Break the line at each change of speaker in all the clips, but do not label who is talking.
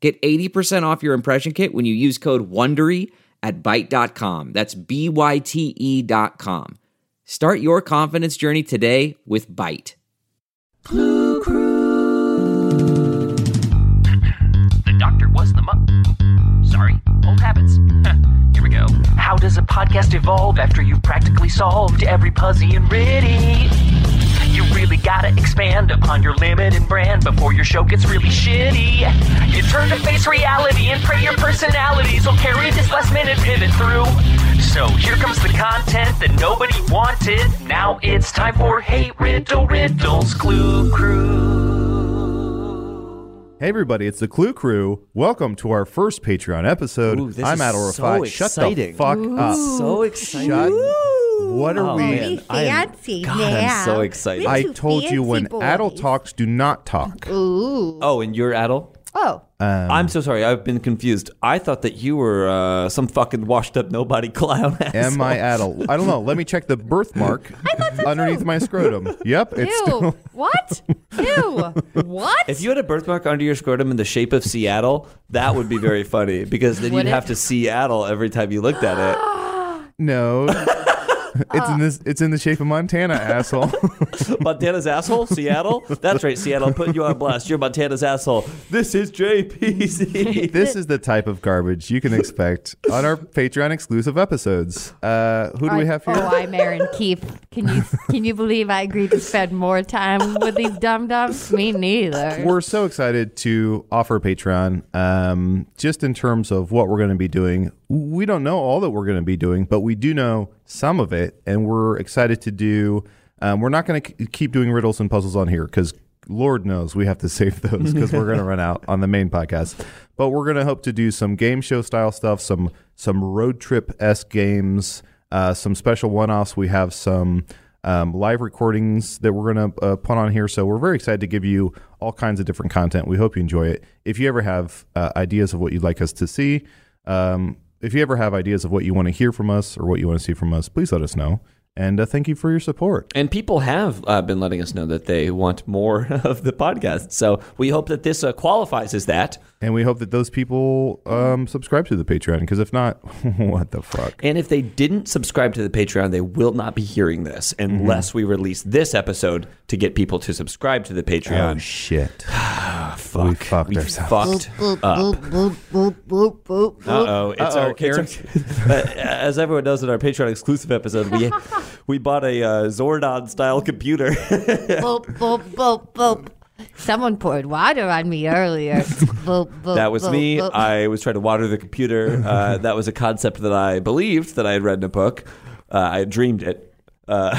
Get 80% off your impression kit when you use code WONDERY at Byte.com. That's B-Y-T-E E dot com. Start your confidence journey today with Byte.
The doctor was the muck. Sorry, old habits. Here we go. How does a podcast evolve after you've practically solved every Puzzy and Ritty? You really gotta expand upon your limit and brand before your show gets really shitty. You turn to face reality and pray your personalities will carry this last minute pivot through. So here comes the content that nobody wanted. Now it's time for Hate Riddle Riddles Clue Crew.
Hey everybody, it's the Clue Crew. Welcome to our first Patreon episode.
Ooh, this
I'm
is
Adel
so
Rafai. Shut the
exciting.
fuck up.
So excited.
Shut. What are
Oh,
we?
man.
Really
I am-
fancy.
God, I'm
now.
so excited.
We're
I
two
told you when
fancy
adult
boys.
talks do not talk.
Ooh.
Oh, and you're Adel?
Oh.
I'm so sorry. I've been confused. I thought that you were uh, some fucking washed up nobody clown.
Am I adult? I don't know. Let me check the birthmark underneath my scrotum. Yep, it's
Ew. what? Ew. What?
If you had a birthmark under your scrotum in the shape of Seattle, that would be very funny because then
Would
you'd
it?
have to Seattle every time you looked at it.
no. it's in this. It's in the shape of Montana, asshole.
Montana's asshole, Seattle. That's right, Seattle. I'm Putting you on blast. You're Montana's asshole. This is JPC.
this is the type of garbage you can expect on our Patreon exclusive episodes. Uh, who do we have here?
Oh, I'm Aaron Keefe. Can you can you believe I agreed to spend more time with these dum dums? Me neither.
We're so excited to offer Patreon. Um, just in terms of what we're going to be doing, we don't know all that we're going to be doing, but we do know some of it, and we're excited to do. Um, we're not going to keep doing riddles and puzzles on here because Lord knows we have to save those because we're going to run out on the main podcast. But we're going to hope to do some game show style stuff, some some road trip s games, uh, some special one offs. We have some um, live recordings that we're going to uh, put on here. So we're very excited to give you all kinds of different content. We hope you enjoy it. If you ever have uh, ideas of what you'd like us to see, um, if you ever have ideas of what you want to hear from us or what you want to see from us, please let us know. And uh, thank you for your support.
And people have uh, been letting us know that they want more of the podcast. So we hope that this uh, qualifies as that.
And we hope that those people um, subscribe to the Patreon because if not, what the fuck?
And if they didn't subscribe to the Patreon, they will not be hearing this
Mm-hmm.
unless we release this episode to get people to subscribe to the Patreon.
Oh, shit.
fuck.
we fucked
We
ourselves.
fucked up. Uh oh! It's
Uh-oh,
our it's our- Uh, as everyone knows in our Patreon exclusive episode, we we bought a uh, Zordon style computer.
Boop, boop, boop, boop. Someone poured water on me earlier. Boop, boop,
that was
boop,
me.
boop.
I was trying to water the computer. Uh, that was a concept that I believed that I had read in a book. Uh, I dreamed it. Uh,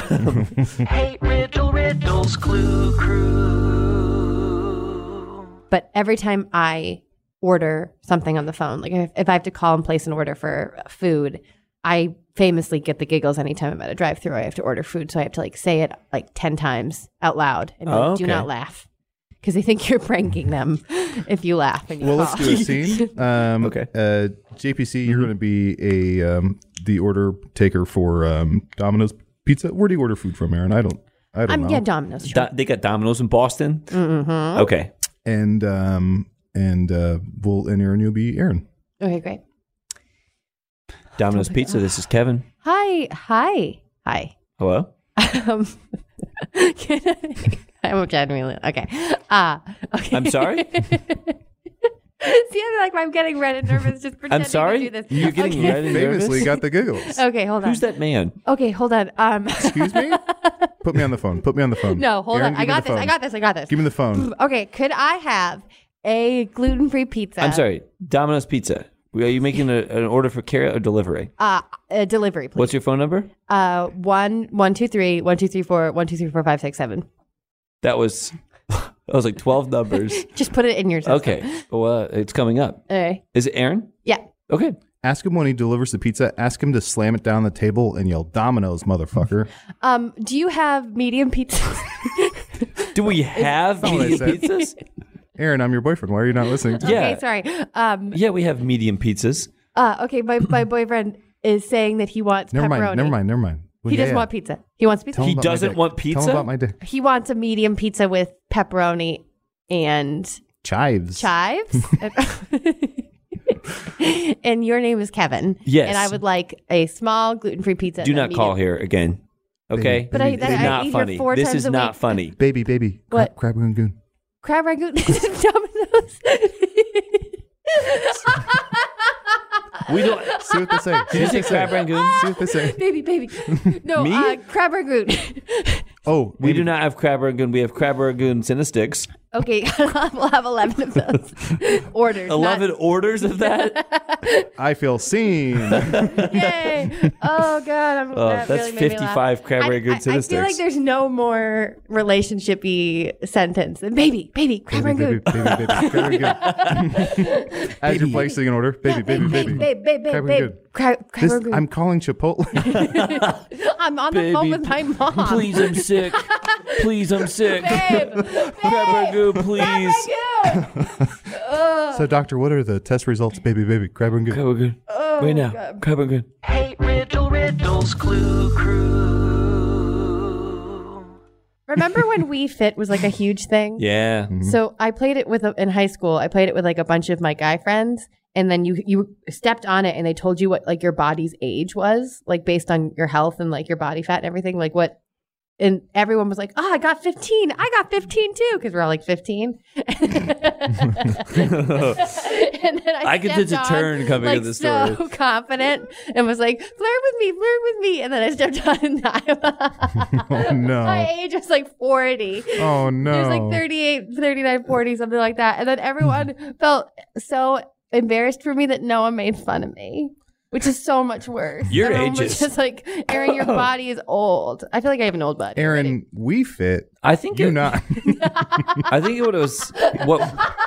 Hate Riddle Riddles Clue Crew.
But every time I order something on the phone, like if, if I have to call and place an order for food, I famously get the giggles anytime I'm at a drive through. I have to order food, so I have to like say it like ten times out loud and be like,
Oh,
do
okay.
not laugh. Because they think you're pranking them if you laugh. And you
Well,
call.
let's do a scene. Um,
Okay. Mm-hmm.
Uh, JPC, you're going to be a um, the order taker for um, Domino's Pizza. Where do you order food from, Aaron? I don't. I don't
I'm
know.
yeah, Domino's.
Do- they got Domino's in Boston. Okay.
and um, and uh, we'll and Aaron, you'll be Aaron.
Okay, great.
Domino's Pizza. This is Kevin.
Hi, hi, hi.
Hello.
Um, can I, I'm genuinely okay. Uh, okay.
I'm sorry?
See, I'm like I'm getting red and nervous just pretending
sorry?
to do this.
You're getting
okay.
red and
Famously
nervous?
got the giggles.
Okay, hold on.
Who's that man?
Okay, hold on. Um,
Excuse me. Put me on the phone. Put me on the phone.
no, hold
Aaron,
on.
give
I
me the
got this.
phone.
I got this. I got this.
Give me the phone.
okay, could I have a gluten-free pizza?
I'm sorry. Domino's Pizza. Are you making a, an order for carryout or delivery?
Uh, a delivery, please.
What's your phone number?
uh, one, one, two, three, one, two, three, four, one, two, three, four, five, six, seven.
That was that was like twelve numbers.
Just put it in your system.
Okay. Well, uh, it's coming up.
Okay.
Is it Aaron?
Yeah.
Okay.
Ask him when he delivers the pizza. Ask him to slam it down the table and yell "Domino's, motherfucker!"
Um, do you have medium pizzas?
Do we have
what I
medium
said.
pizzas?
Aaron, I'm your boyfriend. Why are you not listening?
Yeah.
okay, sorry. Um,
Yeah, we have medium pizzas.
uh, okay, my, my boyfriend is saying that he wants
Never
pepperoni.
mind. Never mind. Never mind. Well,
He
yeah,
doesn't
yeah.
want pizza. He wants pizza.
Tell him
He
about my
doesn't
dick.
want
Tell him
pizza?
about my dick.
he wants a medium pizza with pepperoni and
Chives.
chives. and your name is Kevin.
Yes.
And I would like a small gluten free pizza.
Do
and a
not call
Uh, medium-
here again. Okay.
But I,
Baby,
that,
baby.
I
not
eat
funny.
here four
this
times
is
a
not
week.
funny.
Baby, baby.
What?
Crab, crab rangoon.
Crab ragoon Domino's.
We don't.
See what they say. See
Did you
what
say
they say.
crab rangoon?
See what they say.
baby, baby. No,
Me?
uh, crab ragoon.
Oh,
We
and
do not have crab rangoon. We have crab rangoon cinnasticks.
okay, we'll have 11 of those orders.
Eleven
Not,
orders of that.
I feel seen.
yay. Oh, God. I'm,
Oh,
that
that's
really made me laugh.
55 crab
I-
rangoon
I, I, feel like
cinnasticks.
there's no more relationshipy sentence than baby, baby, crab
baby, baby,
ragoon.
baby, baby, crab rangoon. As you're placing an order, baby, baby, baby.
Babe, babe, babe,
Crab
babe, babe.
rangoon.
Crab, crab
This,
ragoon.
I'm calling Chipotle.
I'm on the phone
Baby,
with my mom.
Please, I'm sick. Please, I'm sick.
Babe,
Crab
babe,
rangoon, please.
ragoon.
so, doctor, what are the test results? Baby, baby, crab rangoon.
Crab rangoon.
Oh
right now. Crab rangoon.
Hey, Riddle, Riddles, Clue Crew.
Remember when We Fit was like a huge thing?
Yeah.
So I played it with a, in high school. I played it with like a bunch of my guy friends, and then you you stepped on it, and they told you what like your body's age was, like based on your health and like your body fat and everything, like what. And everyone was like, "Oh, I got 15. I got 15 too," because we're all like 15. and then I,
I could sense a
stepped
turn
on,
coming
like,
in the
so
story.
confident, and was like, "Flirt with me, flirt with me," and then I stepped on and I,
Oh,
my
no.
age was like 40.
Oh, no.
There's like 38, 39, 40, something like that. And then everyone felt so embarrassed for me that no one made fun of me, which is so much worse.
Your
Everyone was
ages.
just like, Aaron, your body is old. I feel like I have an old body.
Aaron, we fit.
I think
You
it-
not.
I think what it was what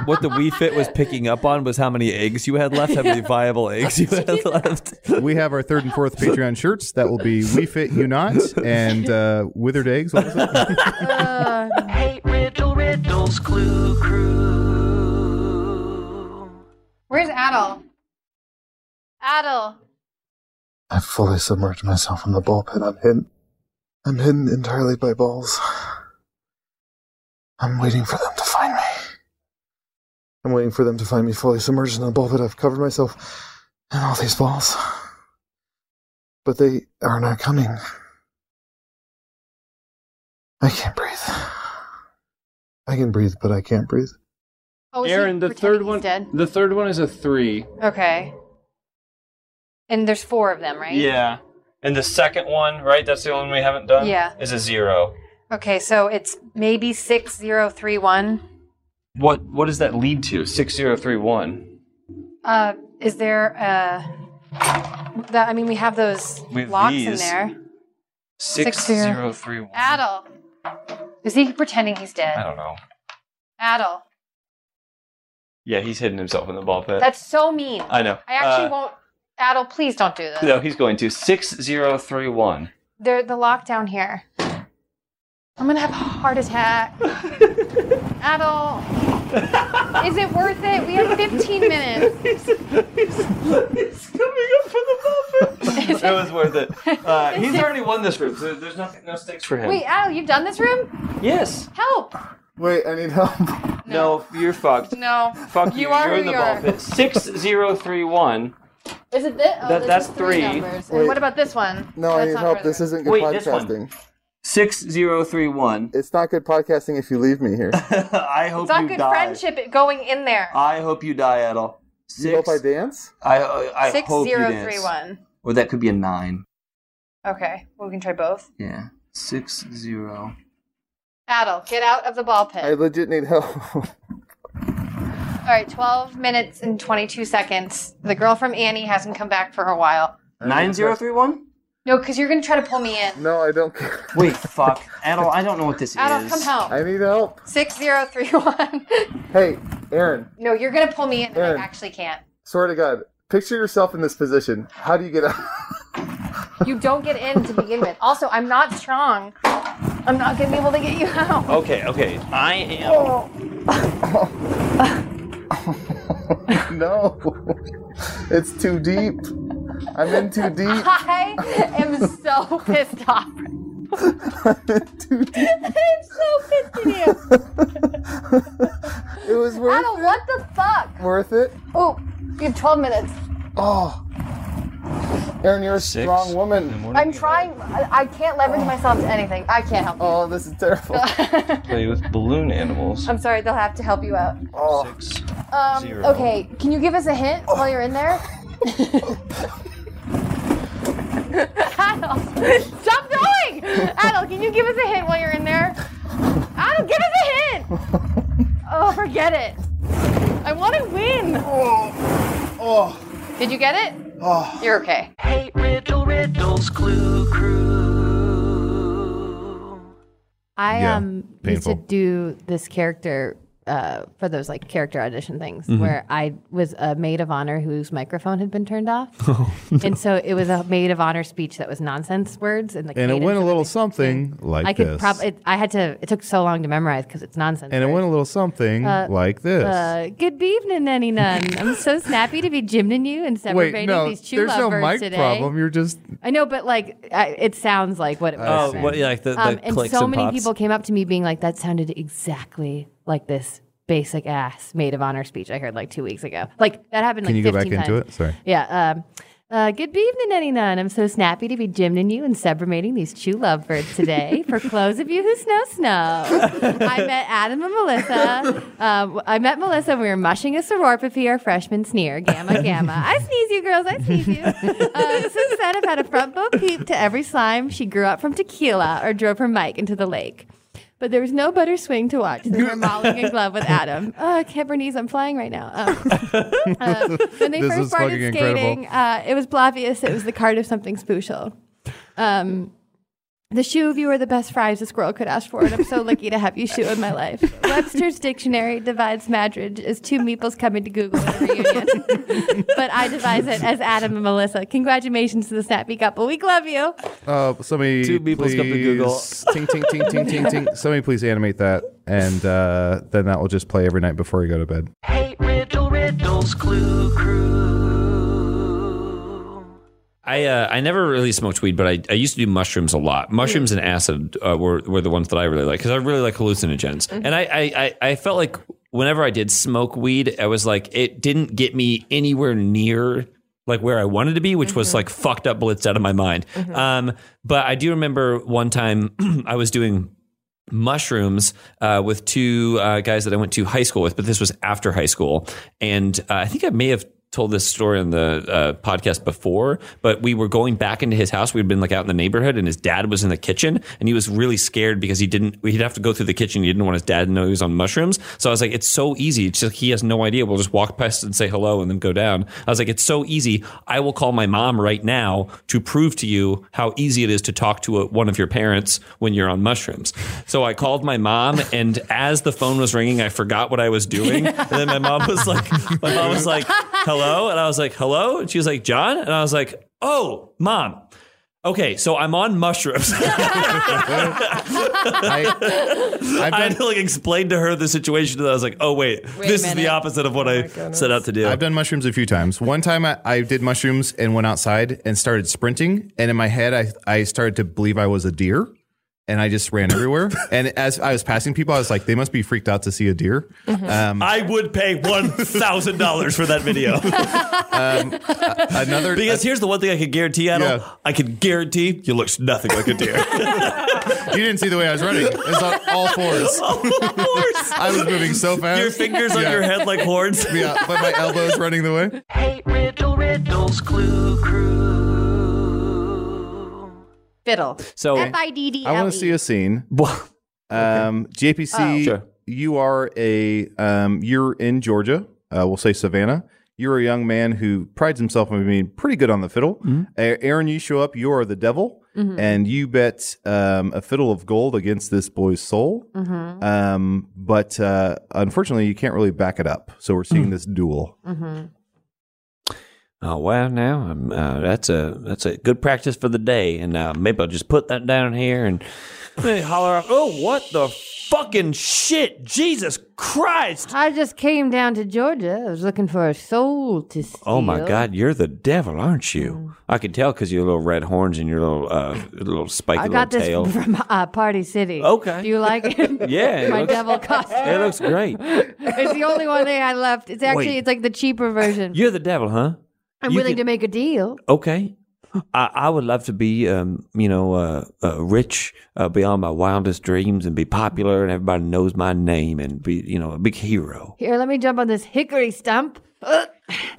what the Wii Fit was picking up on was how many eggs you had left, how many viable eggs you had left.
we have our third and fourth Patreon shirts. That will be We Fit You Not and uh, Withered Eggs. What was it?
Uh,
Hey, Riddle, Riddles, Clue Crew.
Where's Adel? Adel.
I fully submerged myself in the bullpen. I'm hidden. I'm hidden entirely by balls. I'm waiting for them to find me. I'm waiting for them to find me fully submerged in the bullpen. I've covered myself in all these balls. But they are not coming. I can't breathe. I can breathe, but I can't breathe.
Oh,
Aaron, the third one. The third one is a three.
Okay. And there's four of them, right?
Yeah. And the second one, right? That's the one we haven't done.
Yeah.
Is a zero.
Okay, so it's maybe 6031.
What What does that lead to? Six zero three one.
Uh, is there uh that I mean we have those
We have
locks in
these.
there.
Six zero Oh, three one.
Adel. Is he pretending he's
I
dead?
don't know.
Adel.
Yeah, he's hidden himself in the ball pit.
That's so mean. I,
I know.
actually
Uh,
won't Adel, please don't do this.
No, he's going to six zero three one.
They're the lock down here. I'm gonna have a heart attack. Adel. Is it worth it? We have 15 minutes.
He's coming up for the buffet. it was worth it. Uh, he's already won this room, so there's nothing, no stakes for him.
Wait, Adel, you've done this room?
Yes.
Help!
Wait, I need help.
No, Oh, you're fucked.
No.
Fuck
You
you.
are
are
who
in the
you
ball
are.
pit. Six zero three one.
Is it this? Oh,
That-
this
that's
is three.
three.
numbers. And
Wait.
what about this one?
No, I
That's
need
not
help.
further.
This isn't good
Wait, this one.
podcasting.
Six zero three one.
It's not good podcasting if you leave me here.
I hope
It's not
you
good
die.
friendship going in there.
I hope you die, Edel. Six.
You hope I dance?
I, I, I
Six
hope you
zero
dance.
three one.
Or that could be a nine.
Okay, we can try both.
Yeah. Six zero.
Adel, get out of the ball pit.
I legit need help.
All right, twelve minutes and twenty-two seconds. The girl from Annie hasn't come back for a while.
Nine zero three one.
No, because you're gonna try to pull me in.
no, I don't care.
Wait, fuck, Edel. I don't know what this
Adel,
is.
come help.
I need help.
Six zero three one.
Hey, Aaron,
No, you're gonna pull me in. and I
Aaron.
actually can't.
swear to God,
Picture yourself in this position. How do you get out?
You don't get in to begin with. Also, I'm not strong. I'm not gonna be able to get you out.
Okay, okay. I am.
Oh.
no, it's too deep. I'm in too deep.
I am so pissed off. I'm so pissed at you.
It was worth
Adam, what the fuck?
worth it.
Oh, you have 12 minutes.
Oh, Aaron, you're a strong woman.
I'm trying. I, I can't leverage myself to anything. I can't help.
Oh, this is terrible.
Play with balloon animals.
I'm sorry. They'll have to help you out.
Oh,
Um,
Zero.
okay, can you give us a hint while you're in there? Adel, stop going! Adel, can you give us a hint while you're in there? Adel, give us a hint! Oh, forget it. I want to win. Did you get it? You're okay.
Hey, Riddle, Riddle's Clue Crew.
I
Yeah,
um
painful.
used to do this character uh, for those like character audition things
Mm-hmm.
where I was a maid of honor whose microphone had been turned off,
Oh,
and so it was a maid of honor speech that was nonsense words and like
And it
cadence
went a
of
little
everything.
something like
I could
this.
probably I had to. It took so long to memorize because it's nonsense.
and it
words.
went a little something like this.
Uh, good evening, Nanny Nun. I'm so snappy to be gymning you and separating
Wait, no,
these
there's
two
no
lovers
mic
today.
problem. You're just
I know, but like I, it sounds like what it was.
Oh, what, yeah, like the, the
Um, and
clicks
so
and
many
pops.
people came up to me being like, that sounded exactly like this basic ass maid of honor speech I heard like two weeks ago. Like that happened
Can
like
you go
15
back into it?
times.
Sorry.
Yeah. Um, uh, good evening, any nun. I'm so snappy to be gymning you and sublimating these true lovebirds today. For close of you who snow snow, I met Adam and Melissa. Um, I met Melissa when we were mushing a sororopathy or freshman sneer, gamma gamma. I sneeze you girls, I sneeze you. Uh, since then, I've had a front bow peep to every slime she grew up from tequila or drove her mic into the lake. But there was no better swing to watch than her mauling in glove with Adam. Oh, I can't Bernice, I'm flying right now. Um, uh, when they
This is
first started
fucking
skating, uh, it was Blavius. It was the card of something special. Um, the shoe of you are the best fries a squirrel could ask for, and I'm so lucky to have you shoe in my life. Webster's dictionary divides marriage as two meeples coming to Google at a reunion. but I devise it as Adam and Melissa. Congratulations to the snappy couple. We love you.
Uh, somebody
Two meeples come to Google.
please- Ting ting ting ting ting ting. Somebody please animate that, and uh, then that will just play every night before you go to bed.
Hey, Riddle, Riddle's Clue Crew.
I uh, I never really smoked weed, but I, I used to do mushrooms a lot. Mushrooms and acid uh, were were the ones that I really like because I really like hallucinogens, and I, I I I felt like whenever I did smoke weed, I was like it didn't get me anywhere near like where I wanted to be, which was like fucked up, blitzed out of my mind. Um, but I do remember one time I was doing mushrooms uh, with two uh, guys that I went to high school with, but this was after high school. And uh, I think I may have told this story on the uh, podcast before, but we were going back into his house. We'd been like out in the neighborhood and his dad was in the kitchen and he was really scared because he didn't, he'd have to go through the kitchen. He didn't want his dad to know he was on mushrooms. So I was like, it's so easy. It's just, he has no idea. We'll just walk past and say hello and then go down. I was like, it's so easy. I will call my mom right now to prove to you how easy it is to talk to a, one of your parents when you're on mushrooms. So I called my mom, and as the phone was ringing, I forgot what I was doing. And then my mom was like, my mom was like, hello. And I was like, hello. And she was like, John. And I was like, oh, mom. Okay, so I'm on mushrooms.
I, I've
I had
done,
to like explain to her the situation, and I was like, "Oh wait,
Wait a
this is the
minute. Oh
opposite of what I set out to do."
I've done mushrooms a few times. One time I, I did mushrooms and went outside and started sprinting, and in my head I I started to believe I was a deer. And I just ran everywhere. And as I was passing people, I was like, "They must be freaked out to see a deer." Um,
Mm-hmm. I would pay one thousand dollars for that video
another
because here's the one thing I could guarantee, Adam.
Yeah.
I can guarantee you looked nothing like a deer.
you didn't see the way I was running. It was on all fours.
of course,
I was moving so fast.
your fingers on
Yeah.
your head like horns.
Yeah, but my elbows running the way.
Hey, Riddle, Riddle's Clue Crew.
Fiddle.
So,
F I D D L E.
I want to see a scene.
Wha-
Um, JPC,
Oh. Sure.
you are a um, you're in Georgia. Uh, we'll say Savannah. You're a young man who prides himself on being pretty good on the fiddle.
Mm-hmm.
A- Aaron, you show up. You are the devil, and you bet um, a fiddle of gold against this boy's soul.
Mm-hmm.
Um, but
Mm. Mm-hmm.
uh, unfortunately, you can't really back it up. So we're seeing this duel.
Oh well, now um, uh, that's a that's a good practice for the day, and uh, maybe I'll just put that down here and they holler out, "Oh, what the fucking shit! Jesus Christ!
I just came down to Georgia. I was looking for a soul to steal.
Oh my God, you're the devil, aren't
Mm.
you? I can tell because your little red horns and your little uh, little spiky
I
little
got this
tail.
from uh, Party City.
Okay.
Do you like it?
Yeah, it
my
looks-
devil costume.
it looks great.
It's the only one thing I left. It's actually
Wait.
it's like the cheaper version.
You're the devil, huh?
I'm
you
willing
can-
to make a deal.
Okay. I, I would love to be, um, you know, uh, uh, rich uh, beyond my wildest dreams and be popular and everybody knows my name and be, you know, a big hero.
Here, let me jump on this hickory stump. Uh,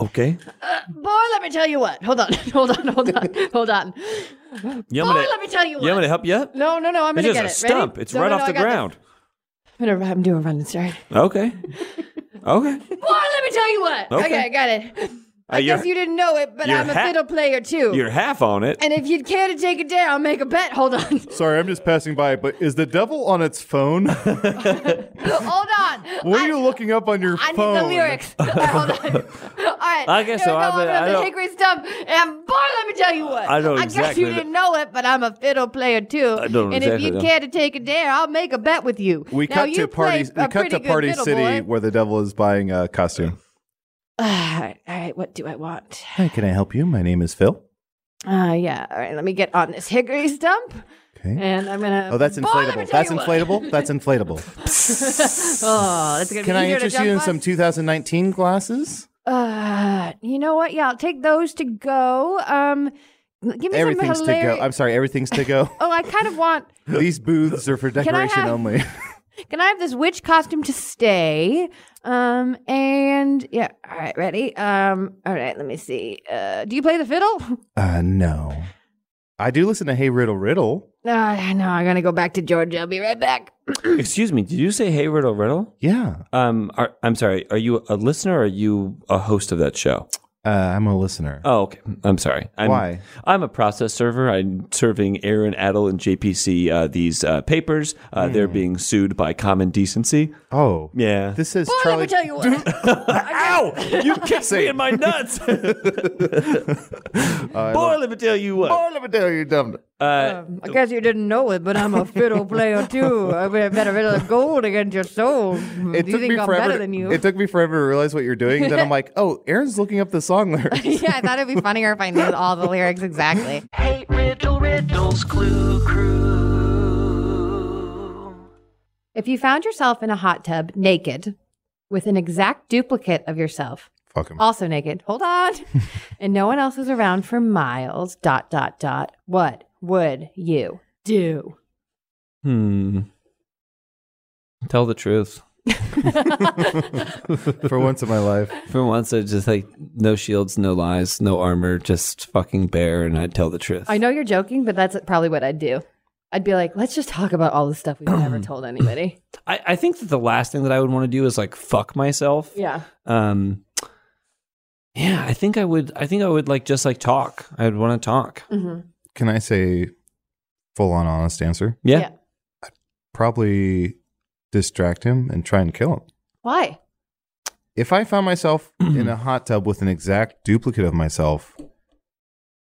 Okay.
boy, let me tell you what. Hold on, hold on, hold on, hold on.
You
Boy,
want me to-
Oh, let me tell you what.
You want me to help you up?
no, no, no. I'm
it's
gonna
just a
get it.
stump.
Ready?
It's
No,
right
no, no,
off
I
the
got this.
ground.
I'm gonna. I'm doing a running start.
Okay. Okay.
Boy, let me tell you what.
Okay.
Okay, I got it. I
Uh, you're-
guess you didn't know it, but
you're
I'm a
ha-
fiddle player too.
You're half on it.
and if you'd care to take it down, make a bet. Hold on.
Sorry, I'm just passing by, but is the devil on its phone? what
Hold on.
are you looking up on your
I need
phone?
the lyrics. All right, hold on. All right.
I guess
Here
so.
We
I
go.
bet-
Open
I
up the
don't-
hickory stump, and boy, let me tell you what.
I know
I guess
exactly
you
that-
didn't know it, but I'm a fiddle player too.
I don't
and if
exactly
you
know.
would care to take a dare, I'll make a bet with you.
We
Now,
cut
you
to
play
party.
a
We cut
pretty
to
good
Party
fiddle,
City,
boy.
where the devil is buying a costume.
Ah, all, right, all right. What do I want?
Hi, can I help you? My name is Phil.
Ah, yeah. All right. Let me get on this hickory stump,
Okay.
and I'm gonna.
Oh, that's
Boy, let me
inflatable.
tell
That's
you what.
inflatable. That's inflatable.
Oh, that's gonna
Can
be
I
easier to
interest
jump
you in
on.
some 2019 glasses?
Uh, you know what? Yeah, I'll take those to go. Um, give me
Everything's
some
to go.
hilarious.
I'm sorry, everything's to go.
Oh, I kind of want.
These booths are for decoration
have-
only.
Can I have this witch costume to stay? Um, and yeah, all right, ready. Um, all right, let me see. Uh, do you play the fiddle?
Uh, no. I do listen to Hey Riddle Riddle.
Uh, no, I'm gonna go back to Georgia. I'll be right back.
Excuse me. Did you say Hey Riddle Riddle?
Yeah.
Um, are, I'm sorry. Are you a listener or are you a host of that show?
Uh, I'm a listener.
Oh, okay. I'm sorry. I'm,
Why?
I'm a process server. I'm serving Aaron Adel and JPC uh, these uh, papers. Uh, They're being sued by common decency.
Oh.
Yeah.
This says
Boy, let
Charlie.
me tell you what.
Ow! You kicked me in my nuts. Boy, let me tell you what.
Oh, let me tell you, dumb.
Um, I guess you didn't know it, but I'm a fiddle player too. I mean, I've got a bit of gold against your soul.
It
do you
took
think
me
I'm
forever.
better
to-
than you?
It took me forever to realize what you're doing. Then I'm like, oh, Aaron's looking up the song lyrics.
yeah, I thought it'd be funnier if I knew all the lyrics exactly.
Hey, Riddle, Riddle's Clue Crew.
If you found yourself in a hot tub naked with an exact duplicate of yourself,
Fuck him.
also naked, hold on, and no one else was around for miles, dot, dot, dot, what would you do?
Hmm. Tell the truth.
For once in my life.
For once, I just like no shields, no lies, no armor, just fucking bare, and I'd tell the truth.
I know you're joking, but that's probably what I'd do. I'd be like, let's just talk about all the stuff we've never told anybody.
I, I think that the last thing that I would want to do is like fuck myself.
Yeah.
Um, yeah, I think I would. I think I would like just like talk. I'd want to talk.
hmm
Can I say full on honest answer?
Yeah.
Yeah.
Probably distract him and try and kill him.
Why?
If I found myself in a hot tub with an exact duplicate of myself,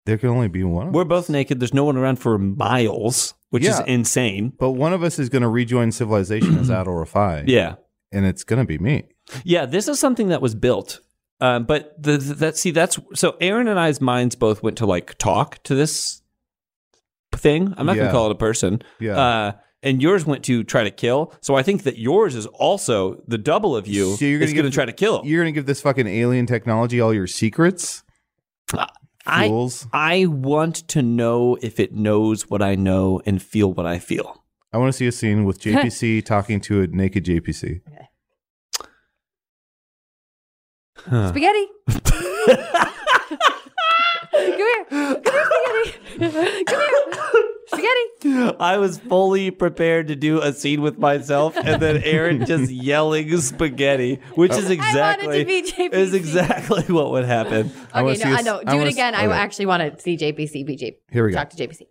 there could only be one. of
We're
us.
both naked. There's no one around for miles, which is
Yeah.
insane.
But one of us is going to rejoin civilization as Adol Rafi.
Yeah.
And it's going to be me.
Yeah, this is something that was built. Um, but the, the, that see that's so Aaron and I's minds both went to like talk to this thing. I'm not
Yeah.
gonna call it a person.
Yeah.
Uh, and yours went to try to kill. So I think that yours is also the double of you
So you're gonna
is going to
give-
try to kill.
You're going to give this fucking alien technology all your secrets?
Uh, I
Fools.
I want to know if it knows what I know and feel what I feel.
I want to see a scene with JPC talking to a naked JPC.
Spaghetti. Come here. Come here, spaghetti. Come here. Spaghetti.
I was fully prepared to do a scene with myself and then Aaron just yelling spaghetti, which is exactly
I wanted to be JPC.
is exactly what would happen.
I wanna
Okay,
see
no,
a
I
s-
know.
I
Do
wanna
it
s-
again. I
okay.
actually want to see JPC, BJ.
Here we go.
Talk to JPC.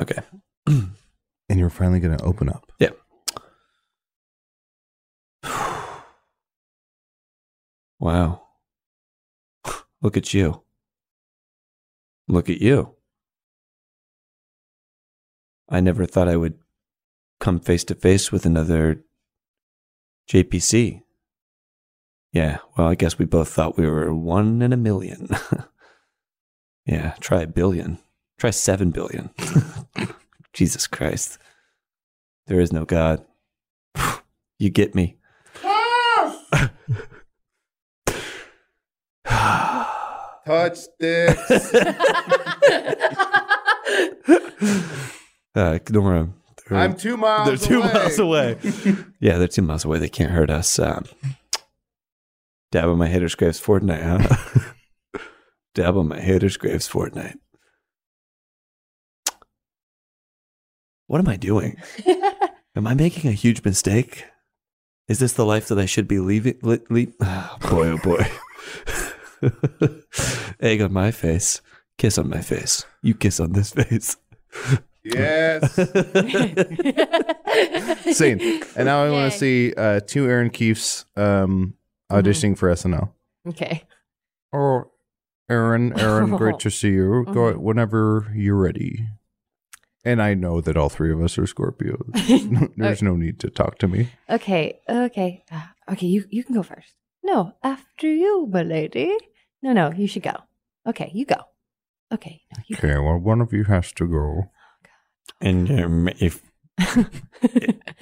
Okay.
And you're finally going to open up.
Yeah. wow. Look at you. Look at you. I never thought I would come face to face with another JPC. Yeah, well, I guess we both thought we were one in a million. yeah, try a billion. Try seven billion. Jesus Christ. There is no God. You get me.
Touch sticks.
Uh, Nora, or-
I'm two miles.
they're two
away.
miles away. yeah, they're two miles away. They can't hurt us. Um, dab on my haters' graves, Fortnite, huh? dab on my haters' graves, Fortnite. What am I doing? am I making a huge mistake? Is this the life that I should be leaving? Le- le- oh, boy, oh boy. Egg on my face, kiss on my face. You kiss on this face.
Yes. Scene. And now I want to
Yay.
see uh, two Aaron Keefs um,
Mm-hmm.
auditioning for SNL.
Okay.
Oh, Aaron, Aaron, great to see you. Go
Mm-hmm.
whenever you're ready. And I know that all three of us are Scorpios. There's
Oh.
no need to talk to me.
Okay. Okay. Uh, okay. You you can go first. No, after you, my lady. No, no, you should go. Okay, you go. Okay. No, you
Okay, well, one of you has to go.
And um, if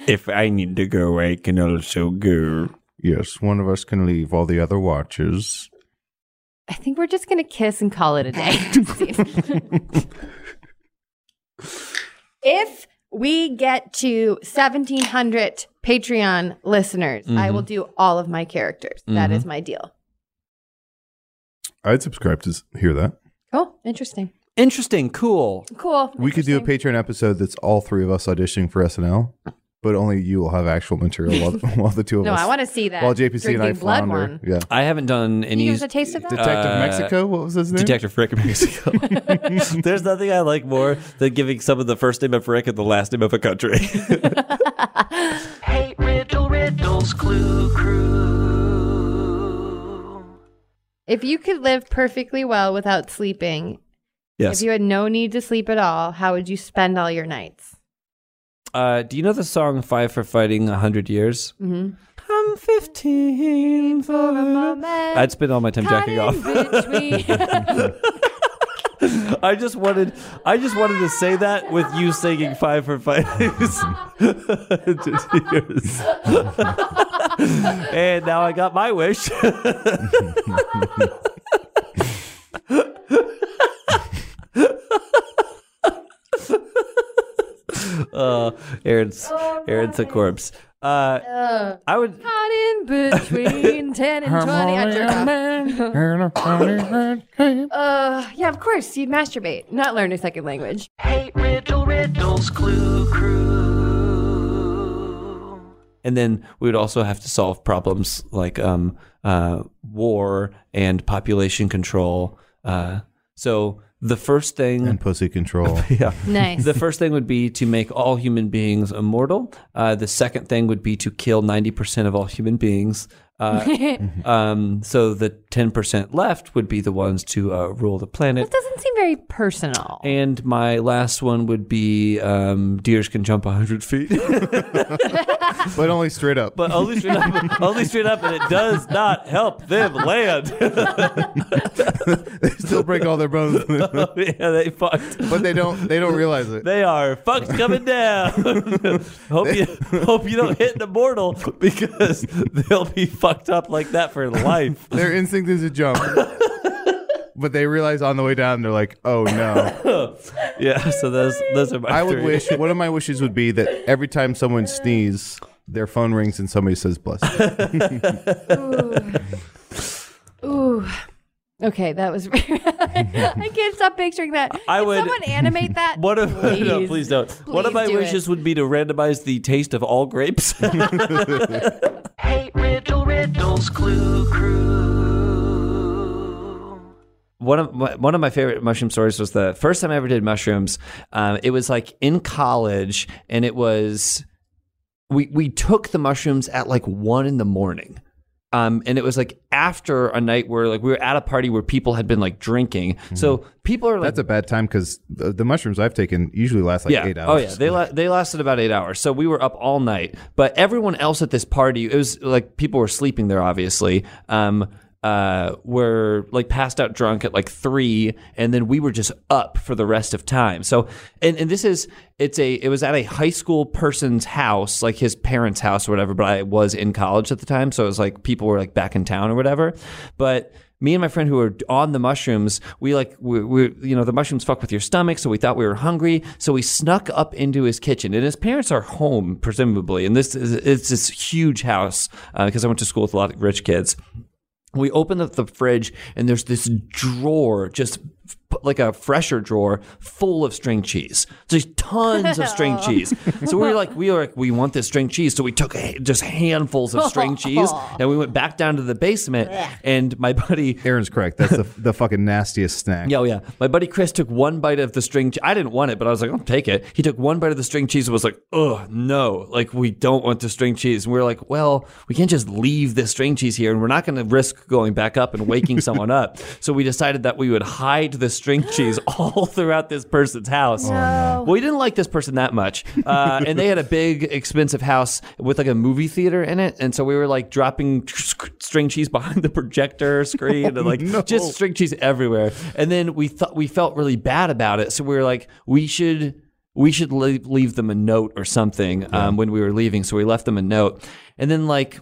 if I need to go, I can also go.
Yes, one of us can leave while the other watches.
I think we're just gonna kiss and call it a day. if we get to seventeen hundred Patreon listeners, I will
Mm-hmm.
do all of my characters. That is my deal.
I'd subscribe to s- hear that.
Cool. Interesting.
Interesting, cool.
Cool.
We could do a Patreon episode that's all three of us auditioning for SNL, but only you will have actual material while, while the two of
No,
us.
I want to see that.
while JPC and I
Drinking blood
flounder.
one.
Yeah.
I haven't done
Can
any
you give us a taste of that?
Detective
Uh,
Mexico, what was his name?
Detective Frick of Mexico. There's nothing I like more than giving someone the first name of Frick and the last name of a country.
Hey, Riddle, Riddles, Clue Crew.
if you could live perfectly well without sleeping,
yes.
if you had no need to sleep at all, how would you spend all your nights?
Uh, do you know the song Five for Fighting a 100 Years?
Mhm.
I'm 15 for a moment. I'd spend all my time jacking off. I just wanted, I just wanted to say that with you singing five for five. Just years. and now I got my wish. uh, Aaron's, Aaron's a corpse. Uh, I would.
Caught in between 10 and 20. I jerk off. Uh, yeah, of course. You'd masturbate, not learn a second language.
Hey, Riddle, Riddles, Clue Crew.
and then we would also have to solve problems like um, uh, war and population control. Uh, so the first thing,
and pussy control.
yeah,
Nice.
the first thing would be to make all human beings immortal. Uh, the second thing would be to kill ninety percent of all human beings. Uh, um, so the ten percent left would be the ones to uh, rule the planet.
That doesn't seem very personal.
And my last one would be um, deers can jump hundred feet.
but only straight up.
but only straight up, only straight up, and it does not help them land.
they still break all their bones.
yeah, they fucked.
but they don't they don't realize it.
They are fucked coming down. hope you hope you don't hit an immortal because they'll be fucked up like that for life.
Their instinct is to jump. but they realize on the way down they're like, "Oh no."
Yeah, so those those are my.
I would
three.
wish one of my wishes would be that every time someone sneezes, their phone rings and somebody says bless. you."
Ooh. Okay, that was. I can't stop picturing that.
I
Can
would-
someone animate that?
One of
please?
no, please don't. One of my
Please do
wishes
it.
would be to randomize the taste of all grapes.
Hey, Riddle, Riddles, Clue Crew.
one of my, one of my favorite mushroom stories was the first time I ever did mushrooms. Um, it was like in college, and it was we we took the mushrooms at like one in the morning, Um, and it was like after a night where like we were at a party where people had been like drinking. So people are like
That's a bad time because the, the mushrooms I've taken usually last like
yeah.
eight hours.
Oh yeah, they la- they lasted about eight hours. So we were up all night, but everyone else at this party, it was like people were sleeping there, obviously. Um, uh, were like passed out drunk at like three, and then we were just up for the rest of time. So, and and this is it's a it was at a high school person's house, like his parents' house or whatever. But I was in college at the time, so it was like people were like back in town or whatever. But me and my friend who were on the mushrooms, we like we, we you know the mushrooms fuck with your stomach, so we thought we were hungry, so we snuck up into his kitchen, and his parents are home presumably, and this is it's this huge house because I went to school with a lot of rich kids. We open up the fridge and there's this drawer, just f- like a fresher drawer, full of string cheese. Just tons of string cheese. So we were like, we were like, we want this string cheese. So we took a- just handfuls of string cheese and we went back down to the basement. And my buddy
Aaron's correct. That's the, the fucking nastiest snack.
yeah, oh, yeah. My buddy Chris took one bite of the string. Che- I didn't want it, but I was like, I'll take it. He took one bite of the string cheese and was like, oh, no, like we don't want the string cheese. And we were like, well, we can't just leave this string cheese here and we're not going to risk going back up and waking someone up. So we decided that we would hide the string cheese all throughout this person's house. Well, we didn't like this person that much. Uh, and they had a big, expensive house with like a movie theater in it. And so we were like dropping string cheese behind the projector screen
Oh,
and like just string cheese everywhere. And then we thought we felt really bad about it, so we were like, we should we should leave, leave them a note or something um, when we were leaving. So we left them a note, and then like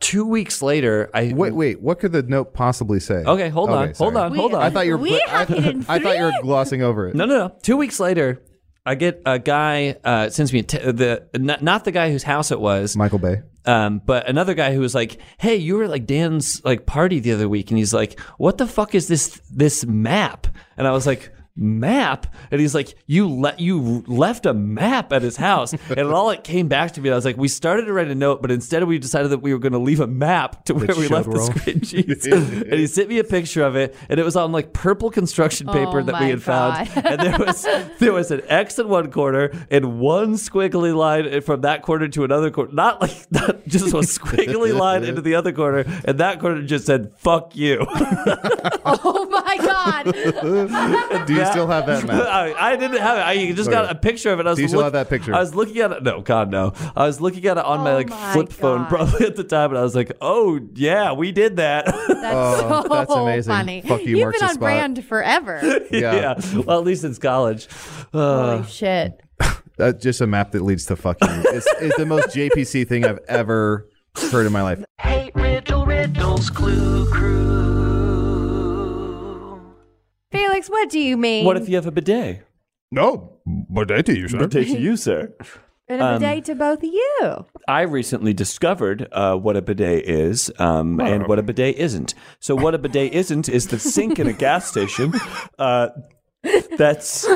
two weeks later, I
Wait, wait. What could the note possibly say?
Okay, hold on,
sorry.
hold on, hold on.
I thought you were.
We
I,
have it in
I thought you were
three.
glossing over it.
No, no, no. Two weeks later, I get a guy uh, sends me a te- the not, not the guy whose house it was,
Michael Bay.
um, but another guy who was like, "Hey, you were at, like Dan's like party the other week," and he's like, "What the fuck is this this map?" And I was like. Map, and he's like, you let you left a map at his house, and all it came back to me. I was like, we started to write a note, but instead we decided that we were going to leave a map to where we
showed
left the
wrong.
screen cheese. and he sent me a picture of it, and it was on like purple construction paper
Oh
that
my
we had
God.
found, and there was there was an X in one corner and one squiggly line and from that corner to another corner. Not like not just a squiggly line into the other corner, and that corner just said "fuck you."
Oh my god!
Do you still have that map?
I, I didn't have it. I just got
Okay.
a picture of it. I was
Do you still have that picture?
I was looking at it. No, God, no. I was looking at it on my
Oh
like
my
flip phone
God.
probably at the time, and I was like, "Oh yeah, we did that."
That's
Oh,
so
that's amazing.
funny.
Fuck you,
You've
marks
been
the
on
spot.
brand forever.
Yeah.
Well, at least since college. Uh,
Holy shit!
That's just a map that leads to fucking. It's, it's the most JPC thing I've ever heard in my life.
Hey, Riddle, Riddle's Clue Crew.
Felix, what do you mean?
what if you have a bidet?
No, but I do you, sir.
Take to you, sir.
And
um,
a day to both of you.
I recently discovered uh, what a bidet is um, and what a bidet isn't. So, what a bidet isn't is the sink in a gas station. Uh, that's.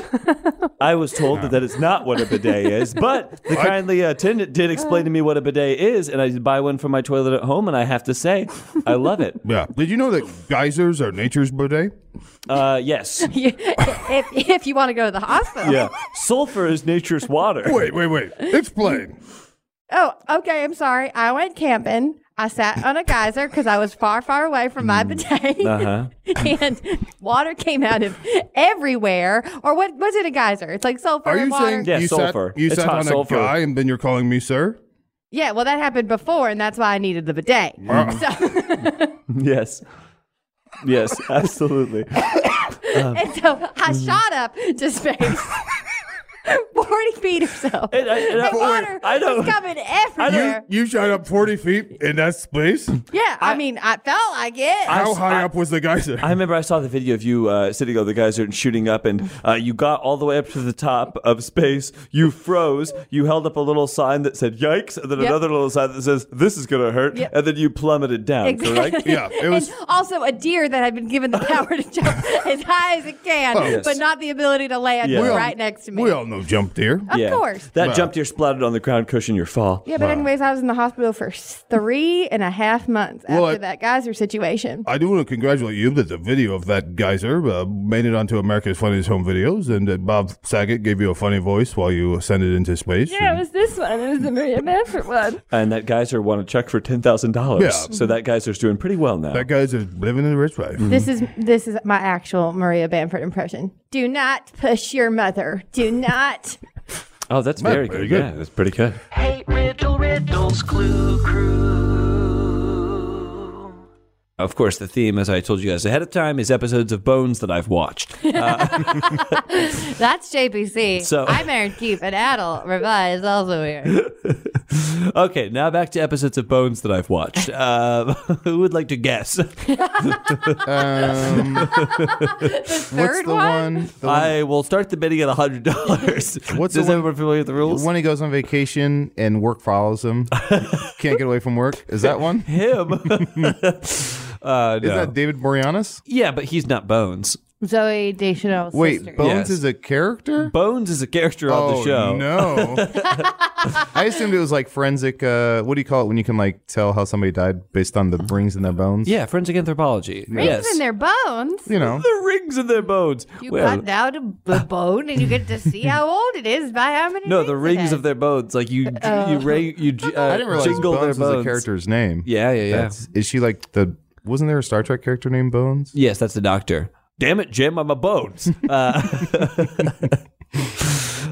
I was told that that is not what a bidet is, but the kindly attendant did explain to me what a bidet is, and I did buy one for my toilet at home, and I have to say, I love it.
Yeah. Did you know that geysers are nature's bidet?
Uh, yes,
You- if, if you want to go to the hospital.
yeah, sulfur is nature's water.
Wait, wait, wait. Explain.
Oh, okay. I'm sorry. I went camping. I sat on a geyser because I was far, far away from
Mm.
my bidet,
Uh-huh.
and water came out of everywhere. Or what was it? A geyser? It's like sulfur.
Are
and
you
water.
saying
Yeah,
you
sulfur.
sat, you
It's
sat
hot
on
sulfur.
a guy and then you're calling me sir?
Yeah. Well, that happened before, and that's why I needed the bidet.
Uh,
So,
Yes, yes, absolutely.
and so I
Mm-hmm.
shot up to space, forty feet or so,
And I- and I-
And water
I
was
don't-
coming everywhere.
You shot up 40 feet in that space?
yeah. I, mean, I felt like it.
How high up was the geyser?
I remember I saw the video of you uh, sitting on the geyser and shooting up, and uh, you got all the way up to the top of space. You froze. You held up a little sign that said "Yikes," and then
Yep.
another little sign that says "This is gonna hurt,"
Yep.
and then you plummeted down. Correct?
yeah, it was.
and also a deer that had been given the power to jump as high as it can,
yes.
but not the ability to land
Yeah. We all-
right next to me.
We all know no jump deer.
Of course.
That jump deer splatted on the ground, cushioned your fall.
Yeah, but anyways, I was in the hospital for s- three and a half months after
Well, I-
that geyser situation.
I do want to congratulate you that the video of that geyser uh, made it onto America's Funniest Home Videos, and that Bob Saget gave you a funny voice while you sent it into space.
Yeah, it was this one. It was the Maria Manfred one.
And that geyser won a check for ten thousand dollars.
Yeah.
So that geyser's doing pretty well now.
that guy's a- living in the rich life.
This is this is my actual Maria Bamford impression. Do not push your mother. Do not.
oh, that's very
pretty
good.
good.
Yeah, that's pretty good.
Hey, Riddle, Riddle's Clue Crew.
Of course, the theme, as I told you guys ahead of time, is episodes of Bones that I've watched.
That's JPC.
So- I'm
Aaron Keep and Adult Revised also here.
Okay, now back to episodes of Bones that I've watched. Uh, who would like to guess?
Um, what's the
third one?
one? the one-
I will start the bidding at hundred dollars.
What's the
Does
one-
everyone familiar with the rules?
when he goes on vacation and work follows him, can't get away from work. Is that one?
Him. uh,
Is
no.
that David Boreanaz?
yeah, but he's not Bones.
Zoe Deschanel's
Wait,
sister.
Bones
Yes.
is a character. Oh,
Bones is a character on the show.
no! I assumed it was like forensic. Uh, what do you call it when you can like tell how somebody died based on the rings in their bones?
Yeah, forensic anthropology.
Rings
yes.
in their bones.
you know.
the rings in their bones.
You
Well,
cut down a b- bone and you get to see how old it is by how many.
no, the rings of their bones. Like you, you, ra- you j- uh,
I didn't realize
jingle
Bones
their
was
bones.
a character's name.
Yeah, yeah, yeah.
That's- is she like the? Wasn't there a Star Trek character named Bones?
Yes, that's the doctor. Damn it, Jim, I'm a bones. Uh,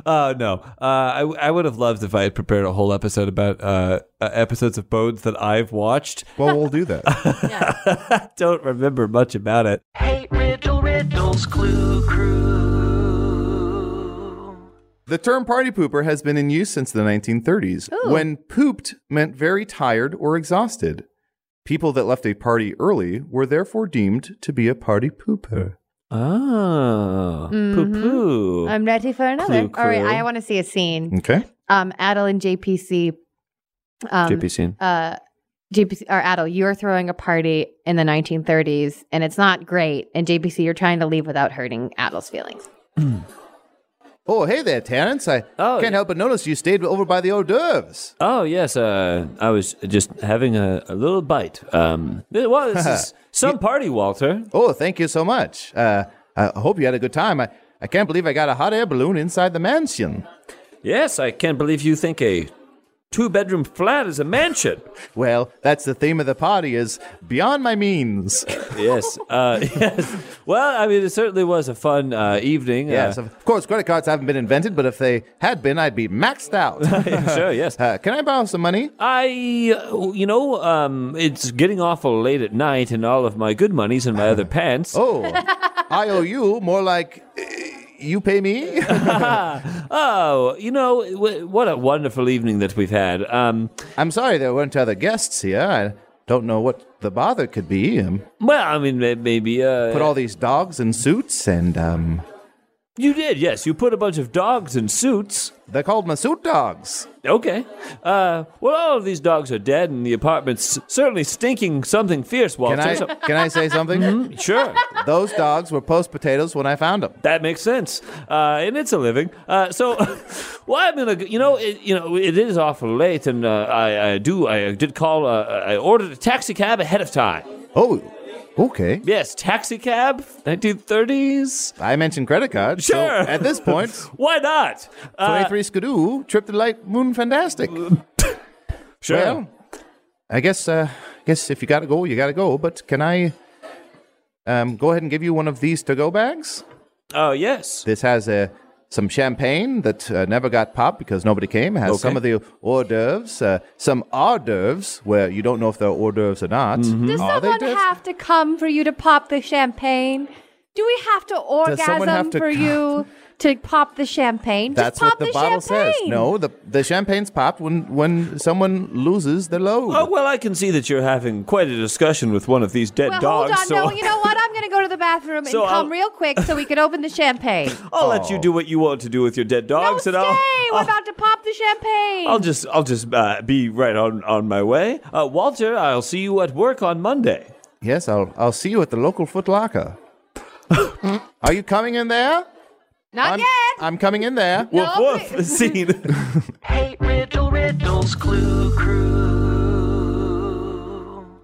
uh, no, uh, I, I would have loved if I had prepared a whole episode about uh, uh, episodes of Bones that I've watched.
Well, we'll do that.
I don't remember much about it.
Hey, Riddle, Riddle's Clue Crew.
the term party pooper has been in use since the 1930s, when pooped meant very tired or exhausted. People that left a party early were therefore deemed to be a party pooper.
Oh,
Mm-hmm.
poo poo.
I'm ready for another.
Clue,
All right,
clue. Mm.
I want to see a scene.
Okay.
Um, Adel and JPC. Um,
JPC.
uh, JPC or Adel, you're throwing a party in the 1930s and it's not great. And JPC, you're trying to leave without hurting Adel's feelings.
Oh, hey there, Terrence. I
Oh,
can't
yeah.
help but notice you stayed over by the hors d'oeuvres.
Oh yes, uh, I was just having a, a little bite. Um, well, this is some party, Walter.
Oh, thank you so much. Uh, I hope you had a good time. I, I can't believe I got a hot air balloon inside the mansion.
Yes, I can't believe you think a two-bedroom flat is a mansion.
Well, that's the theme of the party is beyond my means.
yes, uh, yes. Well, I mean, it certainly was a fun uh, evening.
Yes, of course, credit cards haven't been invented, but if they had been, I'd be maxed out.
Uh, sure. Yes.
uh, can I borrow some money?
I, uh, you know, um, it's getting awful late at night, and all of my good money's in my other pants.
Oh, I owe you more like uh, you pay me.
Oh, you know, w- what a wonderful evening that we've had. Um,
I'm sorry there weren't other guests here. I don't know what the bother could be. Um,
well, I mean, may- maybe uh,
put all these dogs in suits, and um,
you did. Yes, you put a bunch of dogs in suits.
they're called my suit dogs.
Okay. Uh, well, all of these dogs are dead, and the apartment's certainly stinking something fierce, Walter.
Can I
so-
can I say something?
sure.
Those dogs were post potatoes when I found them.
That makes sense, uh, and it's a living. Uh, so, well, I'm gonna, you know, it, you know, it is awful late, and uh, I, I do, I did call, uh, I ordered a taxi cab ahead of time.
Oh, okay.
Yes, taxi cab, 1930s.
I mentioned credit card. so
Sure.
at this point,
Why not? Uh,
23 Skidoo, Trip to Light Moon Fantastic.
sure.
Well, I guess uh guess if you gotta go, you gotta go. But can I um go ahead and give you one of these to go bags?
oh yes.
This has uh, some champagne that uh, never got popped because nobody came. It has some of the hors d'oeuvres, uh, some hors d'oeuvres where you don't know if they're hors d'oeuvres or not.
Mm-hmm.
Does
Are they
someone
d'oeuvres?
have to come for you to pop the champagne? Do we have to orgasm
someone have to
for
come?
you to pop the champagne?
That's
Just pop
what the, bottle
champagne.
says. No, the the champagne's popped when when someone loses their load.
Oh well, I can see that you're having quite a discussion with one of these dead
Well,
dogs.
hold on.
so
No, you know what? I'm going to go to the bathroom
So
and come
I'll-
real quick so we can open the champagne.
I'll let you do what you want to do with your dead dogs,
no,
and I'll.
stay.
Oh.
We're
I'll-
about to pop the champagne.
I'll just I'll just uh, be right on on my way. Uh, Walter, I'll see you at work on Monday.
Yes, I'll I'll see you at the local Foot Locker. Are you coming in there?
Not
I'm-
yet.
I'm coming in there.
Woof woof. Scene.
Hey, Riddle, Riddles, Clue Crew.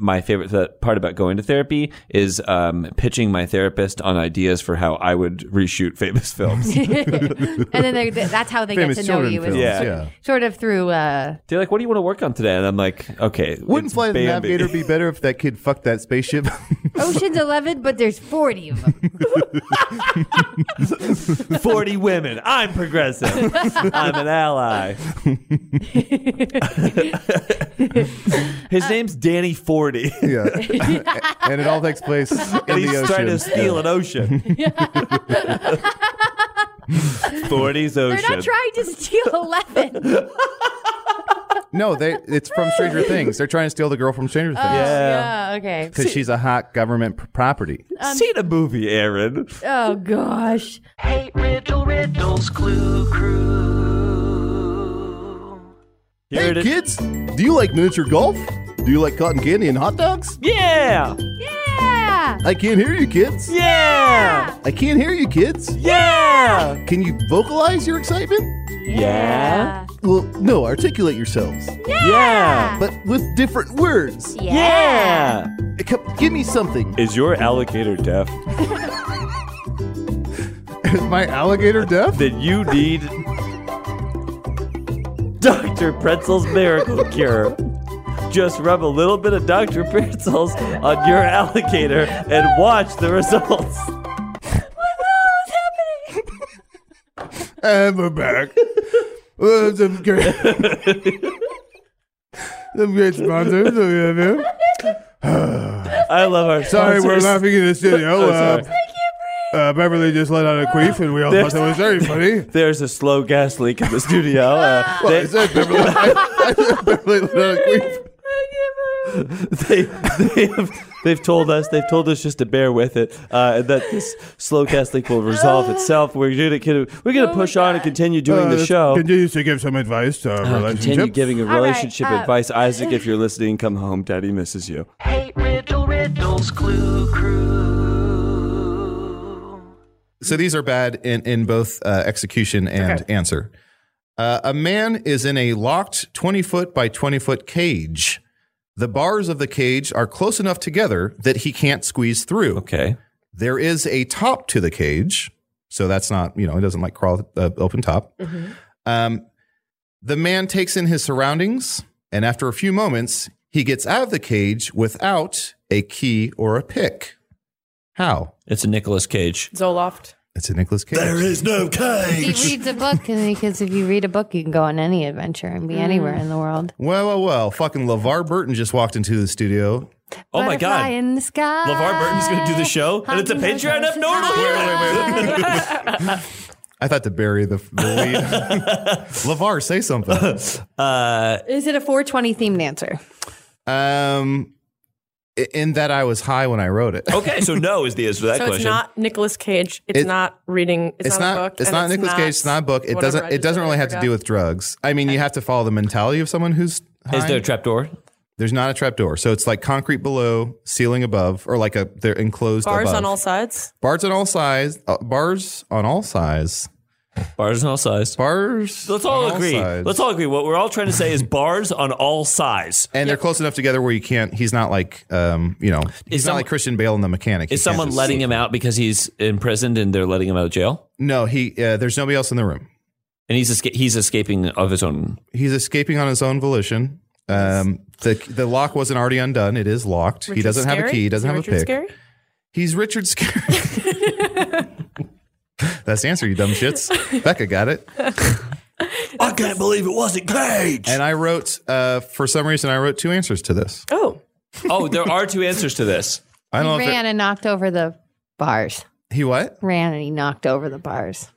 my favorite th- part about going to therapy is um, pitching my therapist on ideas for how I would reshoot famous films.
and then they, that's how they get
Famous
to know
children
you. is
films.
Yeah.
yeah.
Sort of through. Uh,
They're like, "What do you want to work on today?" And I'm like, "Okay."
Wouldn't
it's
Flight of the
Bambi."
Navigator be better if that kid fucked that spaceship?
Ocean's Eleven, but there's forty of them.
40 women. I'm progressive. I'm an ally. His name's Danny 40.
yeah. and it all takes place in
And he's
the ocean.
trying to steal
Yeah.
an ocean. 40's ocean.
They're not trying to steal eleven.
No, they, it's from Stranger Things. They're trying to steal the girl from Stranger Things.
Uh, yeah.
Oh, okay.
Because she's a hot government p- property.
Seen a movie, Aaron.
Oh gosh.
Hey, Riddle, Riddles, Clue Crew.
Here it is.
kids, do you like miniature golf? Do you like cotton candy and hot dogs?
Yeah.
Yeah.
I can't hear you, kids.
Yeah.
I can't hear you, kids.
Yeah.
Can you vocalize your excitement?
Yeah.
Well, no, articulate yourselves,
Yeah.
but with different words.
Yeah.
Come- Give me something.
Is your alligator deaf?
Is my alligator deaf?
Then you need Dr. Pretzel's miracle cure. Just rub a little bit of Dr. Pretzels on your alligator and watch the results.
And we're back. Uh, some great, some great sponsors that we have here.
I love our
Sorry, we're
sponsors. Oh,
laughing in the studio.
sorry.
uh, uh, Beverly just let out a queef, and we all thought that was very funny.
There's a slow gas leak in the studio. Uh,
Well,
they-
I said Beverly, I, I said Beverly let out a queef.
they, they have, they've told us they've told us just to bear with it uh, and that this slow cast leak will resolve itself we're gonna we're gonna push on and continue doing
Uh,
the show
Continues to give some advice to
Uh,
our
continue
relationship.
giving a
right,
relationship
uh,
advice isaac if you're listening come home daddy misses you
Hey, Riddle, Riddles, Clue Crew.
So these are bad in, in both uh, execution and answer. Uh, a man is in a locked 20 foot by 20 foot cage. The bars of the cage are close enough together that he can't squeeze through.
okay
There is a top to the cage. So that's not, you know, it doesn't like crawl uh, open top. Um, the man takes in his surroundings, and after a few moments, he gets out of the cage without a key or a pick. How?
It's a Nicolas Cage.
Zoloft.
It's a Nicholas Cage.
no cage
He reads a book because if you read a book, you can go on any adventure and be anywhere in the world.
Well, well, well. Fucking LeVar Burton just walked into the studio.
Oh my
Butterfly
God.
In the sky.
LeVar Burton's going to do the show, and it's a
Honking
Patreon
horses
up north.
I thought to bury the, the lead. LeVar, say something.
Is it a 420 themed answer?
Um, i- in that I was high when I wrote it.
Uh,
Oh,
Okay, so no is the answer to that
So
question.
it's not Nicolas Cage. It's
It-
not reading. It's,
It's
not, a
not.
book.
It's
and
not Nicholas Cage. It's not a book. It
whatever
doesn't.
I
It
just
doesn't
said,
really
I
have to
forgot.
do with drugs. I mean, you have to follow the mentality of someone who's. High.
Is there a trapdoor?
There's not a trapdoor, so it's like concrete below, ceiling above, or like a they're enclosed
Bars
above.
on all sides.
bars on all sides. Uh, bars on all sides.
Bars and all size.
Bars.
Let's all
on
agree.
sides.
Let's all agree. What we're all trying to say is bars on all sides.
and they're close enough together where you can't. He's not like, um, you know, he's not
some-
like Christian Bale in the mechanic.
Is someone letting him out because he's imprisoned and they're letting him out of jail?
No, he. Uh, there's nobody else in the room.
And he's esca- he's escaping of his own.
He's escaping on his own volition. Um, the the lock wasn't already undone. It is locked. he
Richard
doesn't have a
Scarry?
key. He
Is
doesn't have
Richard
a pick.
Scarry?
He's Richard Scarry. That's the answer, you dumb shits. Becca got it.
I can't believe it wasn't Cage.
And I wrote, uh, for some reason, I wrote two answers to this.
Oh,
oh, there are two answers to this.
I
Oh,
don't
He
know if
ran and knocked over the bars.
it, he what. Uh,
Ran and he knocked over the bars.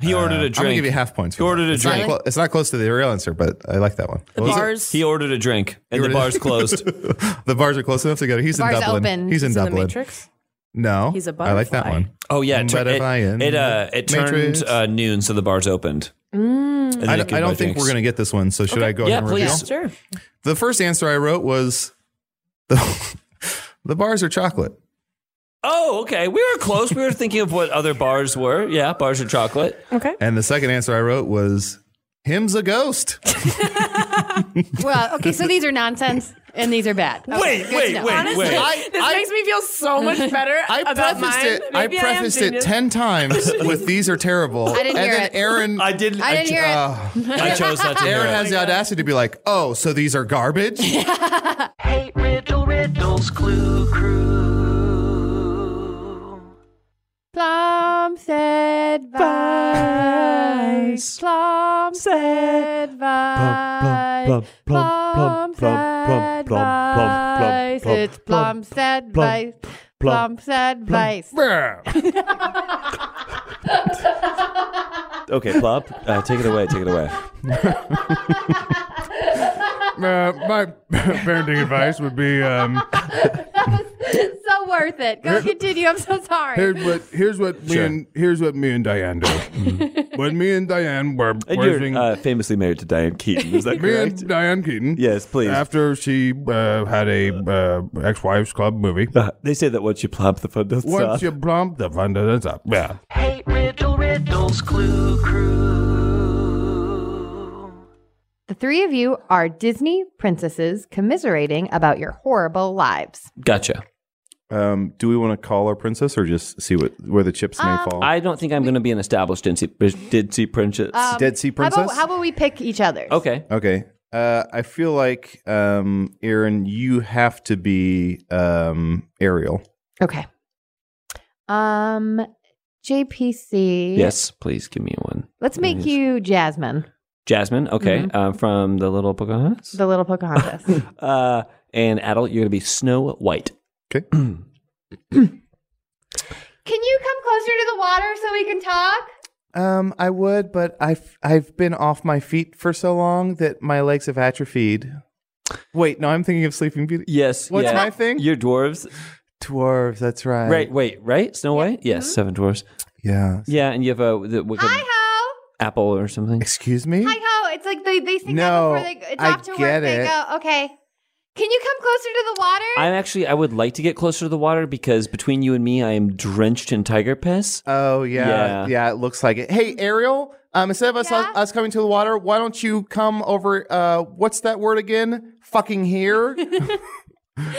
He ordered a
I'm gonna
drink.
give you half points.
He
that.
ordered a
It's not
drink.
clo- it's not close to the real answer, but I like that one.
the
What was it?
bars.
he ordered a drink, and the
ordered-
bar's closed.
the bars are close enough together. He's
The
in
bar's
Dublin.
open.
He's in
He's in the
Dublin.
Matrix.
No,
He's a
I like that
butterfly.
one.
Oh yeah, it, tur-
But if I am
it, it, uh, it
Matrix.
turned uh, noon, so the bar's opened. Mm.
I don't, I don't think we're gonna get this one. So should I go
Yeah,
ahead and
please.
reveal?
Yeah.
Sure.
The first answer I wrote was the the bars are chocolate.
Oh, okay. We were close. We were thinking of what other bars were. Yeah, bars of chocolate.
Okay.
And the second answer I wrote was, "Him's a ghost."
well, okay, so these are nonsense and these are bad. Okay,
Wait,
good to
wait,
know.
wait,
Honestly,
wait.
this
I-
makes me feel so much better
I
about
prefaced
mine.
it. I
Maybe am
prefaced it
genius.
ten times with "These are terrible,"
I didn't
and
hear
then
it.
Aaron.
I didn't.
I didn't hear it.
Ah.
I chose not to
Aaron
hear it.
has the audacity to be like, "Oh, so these are garbage."
Hey, Riddle, Riddles, Clue Crew.
Plum said vice. Plum said vice. Plum said vice. It's plum said vice. Plum said vice.
Uh,
Okay, Plop, uh, take it away. Take it away.
my parenting advice would be, um,
So worth it. Go continue. I'm so sorry.
here's what here's what me and here's what me and Diane do. when me Mm-hmm. and Diane were
And you're uh, famously married to Diane Keaton. Is that
me
correct?
and Diane Keaton.
Yes, please.
After she uh, had a uh, ex-wives club movie.
Uh, they say that once you plop the phone doesn't
Once
stop.
you plump, the fun doesn't stop. Yeah.
Hey, Riddle, Riddles, Clue Crew.
The three of you are Disney princesses commiserating about your horrible lives.
Gotcha.
Um, do we want to call our princess or just see what where the chips may fall?
I don't think I'm going to be an established Did see princess.
Um,
Dead Sea
How about,
Princess?
how about we pick each other?
okay.
okay. Uh, I feel like um, Aaron, you have to be um, Ariel.
Okay. Um, JPC.
Yes, please give me one.
Let's make
Yes.
you Jasmine,
Jasmine, okay, uh, from the Little Pocahontas.
the little Pocahontas.
uh, and adult, you're going to be Snow White.
Okay.
Can you come closer to the water so we can talk?
Um, I would, but I've I've been off my feet for so long that my legs have atrophied. Wait, no, I'm thinking of Sleeping Beauty.
Yes.
What's
yeah.
my thing?
You're dwarves.
Dwarves, that's right.
Right, wait, right? Snow White? Yes, seven dwarves.
Yeah.
Yeah, and you have a the, what,
Hi ho,
apple or something.
Excuse me?
hi ho. It's like they they sing
No,
that before they it's
I
off to
get
work. They
it.
go okay. Can you come closer to the water?
I'm actually, I would like to get closer to the water because between you and me, I am drenched in tiger piss.
Oh yeah,
Yeah.
yeah. it looks like it. Hey, Ariel. Um, instead of us
Yeah?
us coming to the water, why don't you come over? Uh, what's that word again? Fucking here.
Wait, hold on.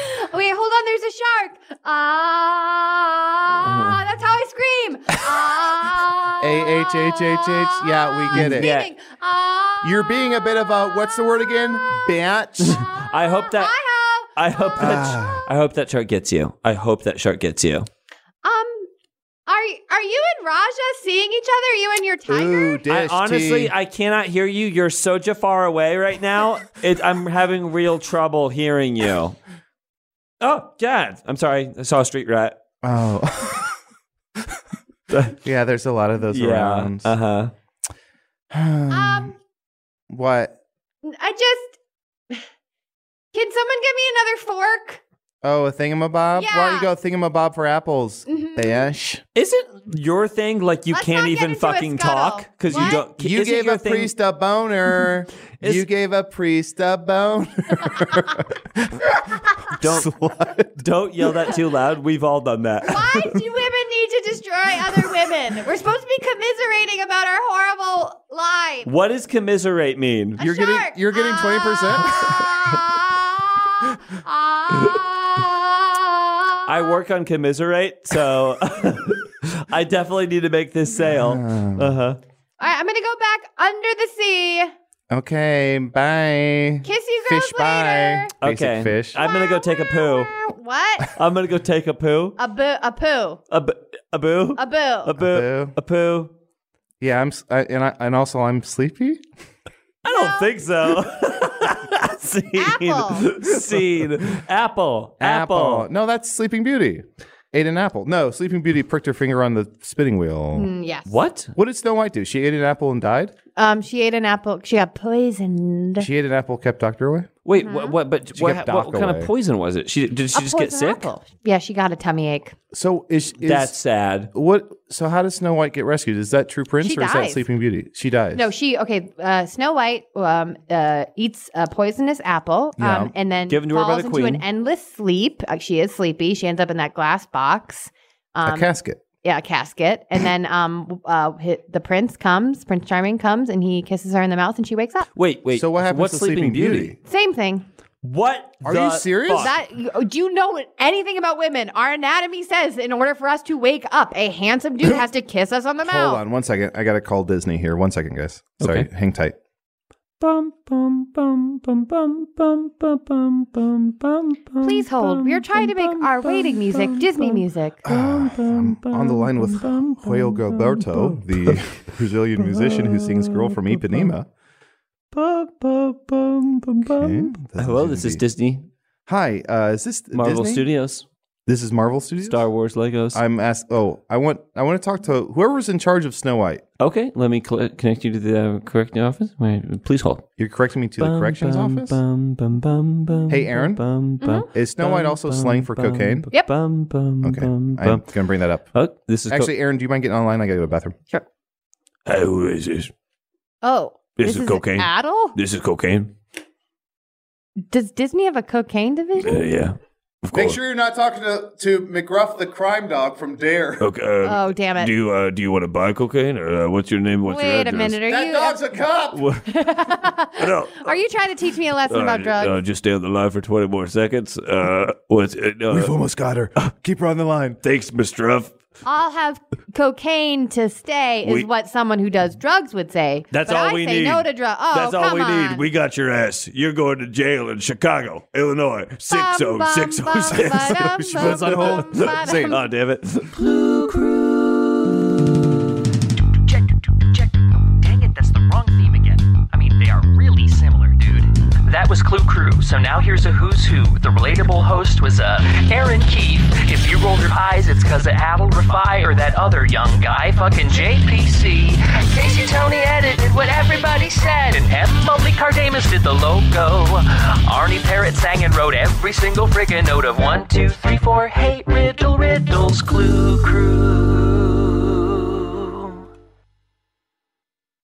There's a shark. Ah, that's how I scream. Ah,
A H H H H. Yeah, we get it.
Yeah.
screaming. Ah,
You're being a bit of a what's the word again? Bitch.
I hope that-
hi ho.
I hope that
Ah.
I hope that shark gets you. I hope that shark gets you.
Um, are are you and Raja seeing each other? You and your tiger?
Ooh,
I
dish
honestly,
tea.
I cannot hear you. You're so j- far away right now. It, I'm having real trouble hearing you. Oh, Dad. I'm sorry. I saw a street rat.
oh. yeah, there's a lot of those
yeah. Uh-huh.
around.
Uh huh.
Um,
what?
I just can someone get me another fork?
Oh, a thingamabob? Why don't
Yeah.
you go thingamabob for apples? Bish.
Isn't your thing like you
Let's
can't
not get
even
into a
fucking
scuttle.
talk because you
What?
don't?
You
isn't
gave
your
a
thing-
priest a boner.
Is-
you gave a priest a boner.
Don't don't yell that too loud. We've all done that.
Why do women need to destroy other women? We're supposed to be commiserating about our horrible lives.
What does commiserate mean?
A
You're getting-
shark.
you're getting 20%.
Ah, ah.
I work on commiserate, so I definitely need to make this sale. Uh huh.
All right, I'm gonna go back under the sea.
okay, bye.
Kiss you girls
fish
later.
bye.
Okay.
Basic fish.
I'm gonna go take a poo.
What?
I'm gonna go take a poo.
A boo. A poo.
A, b- a boo.
A boo.
A boo. A poo.
yeah, I'm s- I, and I, and also I'm sleepy.
I don't think so. Scene.
Apple.
Scene. Apple. Apple.
No, that's Sleeping Beauty. Ate an apple. No, Sleeping Beauty pricked her finger on the spinning wheel.
Mm, yes.
What?
What did Snow White do? She ate an apple and died.
Um, she ate an apple. She got poisoned.
She ate an apple, kept Doctor away.
Wait,
Uh-huh.
what, what? But
She
what,
kept
what
Doc
kind
away.
of poison was it? She did she
A
just get
poison
sick?
apple. Yeah, she got a tummy ache.
So is, is
That's sad.
what? So how does Snow White get rescued? Is that True Prince
She
or is that
dies.
Sleeping Beauty? She dies.
No, she okay. Uh, Snow White um, uh, eats a poisonous apple, um,
Yeah.
and then
Given to her by
falls
the
into an
queen.
endless sleep. Uh, she is sleepy. She ends up in that glass box.
a
Um,
casket.
yeah, a casket, and then um, uh, hi- the prince comes. Prince Charming comes, and he kisses her in the mouth, and she wakes up.
Wait, wait.
so what happens
What's
to Sleeping, Beauty?
Same thing.
What?
Are
the
you serious?
fuck?
That you- do you know anything about women? Our anatomy says in order for us to wake up, a handsome dude has to kiss us on the mouth.
Hold on one second. I gotta call Disney here. One second, guys. Sorry,
Okay.
hang tight.
Please hold. We are trying to make our waiting music Disney music.
Ah, I'm on the line with Joel Gilberto, the Brazilian musician who sings "Girl from Ipanema." Okay, doesn't
Hello,
seem
this
to
is
be-
Disney,
Hi, uh, is this
Marvel
Disney?
Studios,
This is Marvel Studios.
Star Wars, Legos.
I'm asked. Oh, I want. I want to talk to whoever's in charge of Snow White.
okay, let me cl- connect you to the uh, correct office. Wait, please hold.
You're correcting me to the corrections office. Hey, Aaron? Is Snow White also slang for cocaine?
Mm-hmm. Yep.
Okay, I'm gonna bring that up.
Oh, this is co-
Actually, Aaron, do you mind getting online? I gotta go to the bathroom.
Hey, who is this?
Oh,
This is cocaine.
Adel?
This is cocaine.
Does Disney have a cocaine division?
Uh, yeah, of
Make sure you're not talking to, to McGruff, the crime dog from Dare.
Okay. uh,
Oh, damn it!
you uh, do you want to buy cocaine or uh, what's your name? What's
Wait a minute. Are
That
you
dog's a cop.
No.
are you trying to teach me a lesson about drugs?
uh, just stay on the line for twenty more seconds. Uh, what's uh,
We've almost got her. Keep her on the line.
thanks, Mr. Ruff.
I'll have cocaine to stay is
We-
what someone who does drugs would say.
That's
but
all
I
we
say
need.
No to drugs. Oh,
That's all
come
we
on.
need. We got your ass. You're going to jail in Chicago, Illinois. Six
Bum,
oh
bum,
six
bum,
oh
ba-dum,
six.
bum, bum, ba-dum.
Oh damn it!
Check, check. Oh, dang it, that's the wrong theme again. I mean, they are really similar, dude. That was Clue Crew, so now here's a who's who. The relatable host was, uh, Aaron Keith. If you rolled your eyes, it's because of Adel Rafi or that other young guy, fucking JPC. Casey Tony edited what everybody said, and F. Lovely Cardamus did the logo. Arnie Parrott sang and wrote every single friggin' note of one, two, three, four. Hey, riddle, riddles, Clue Crew.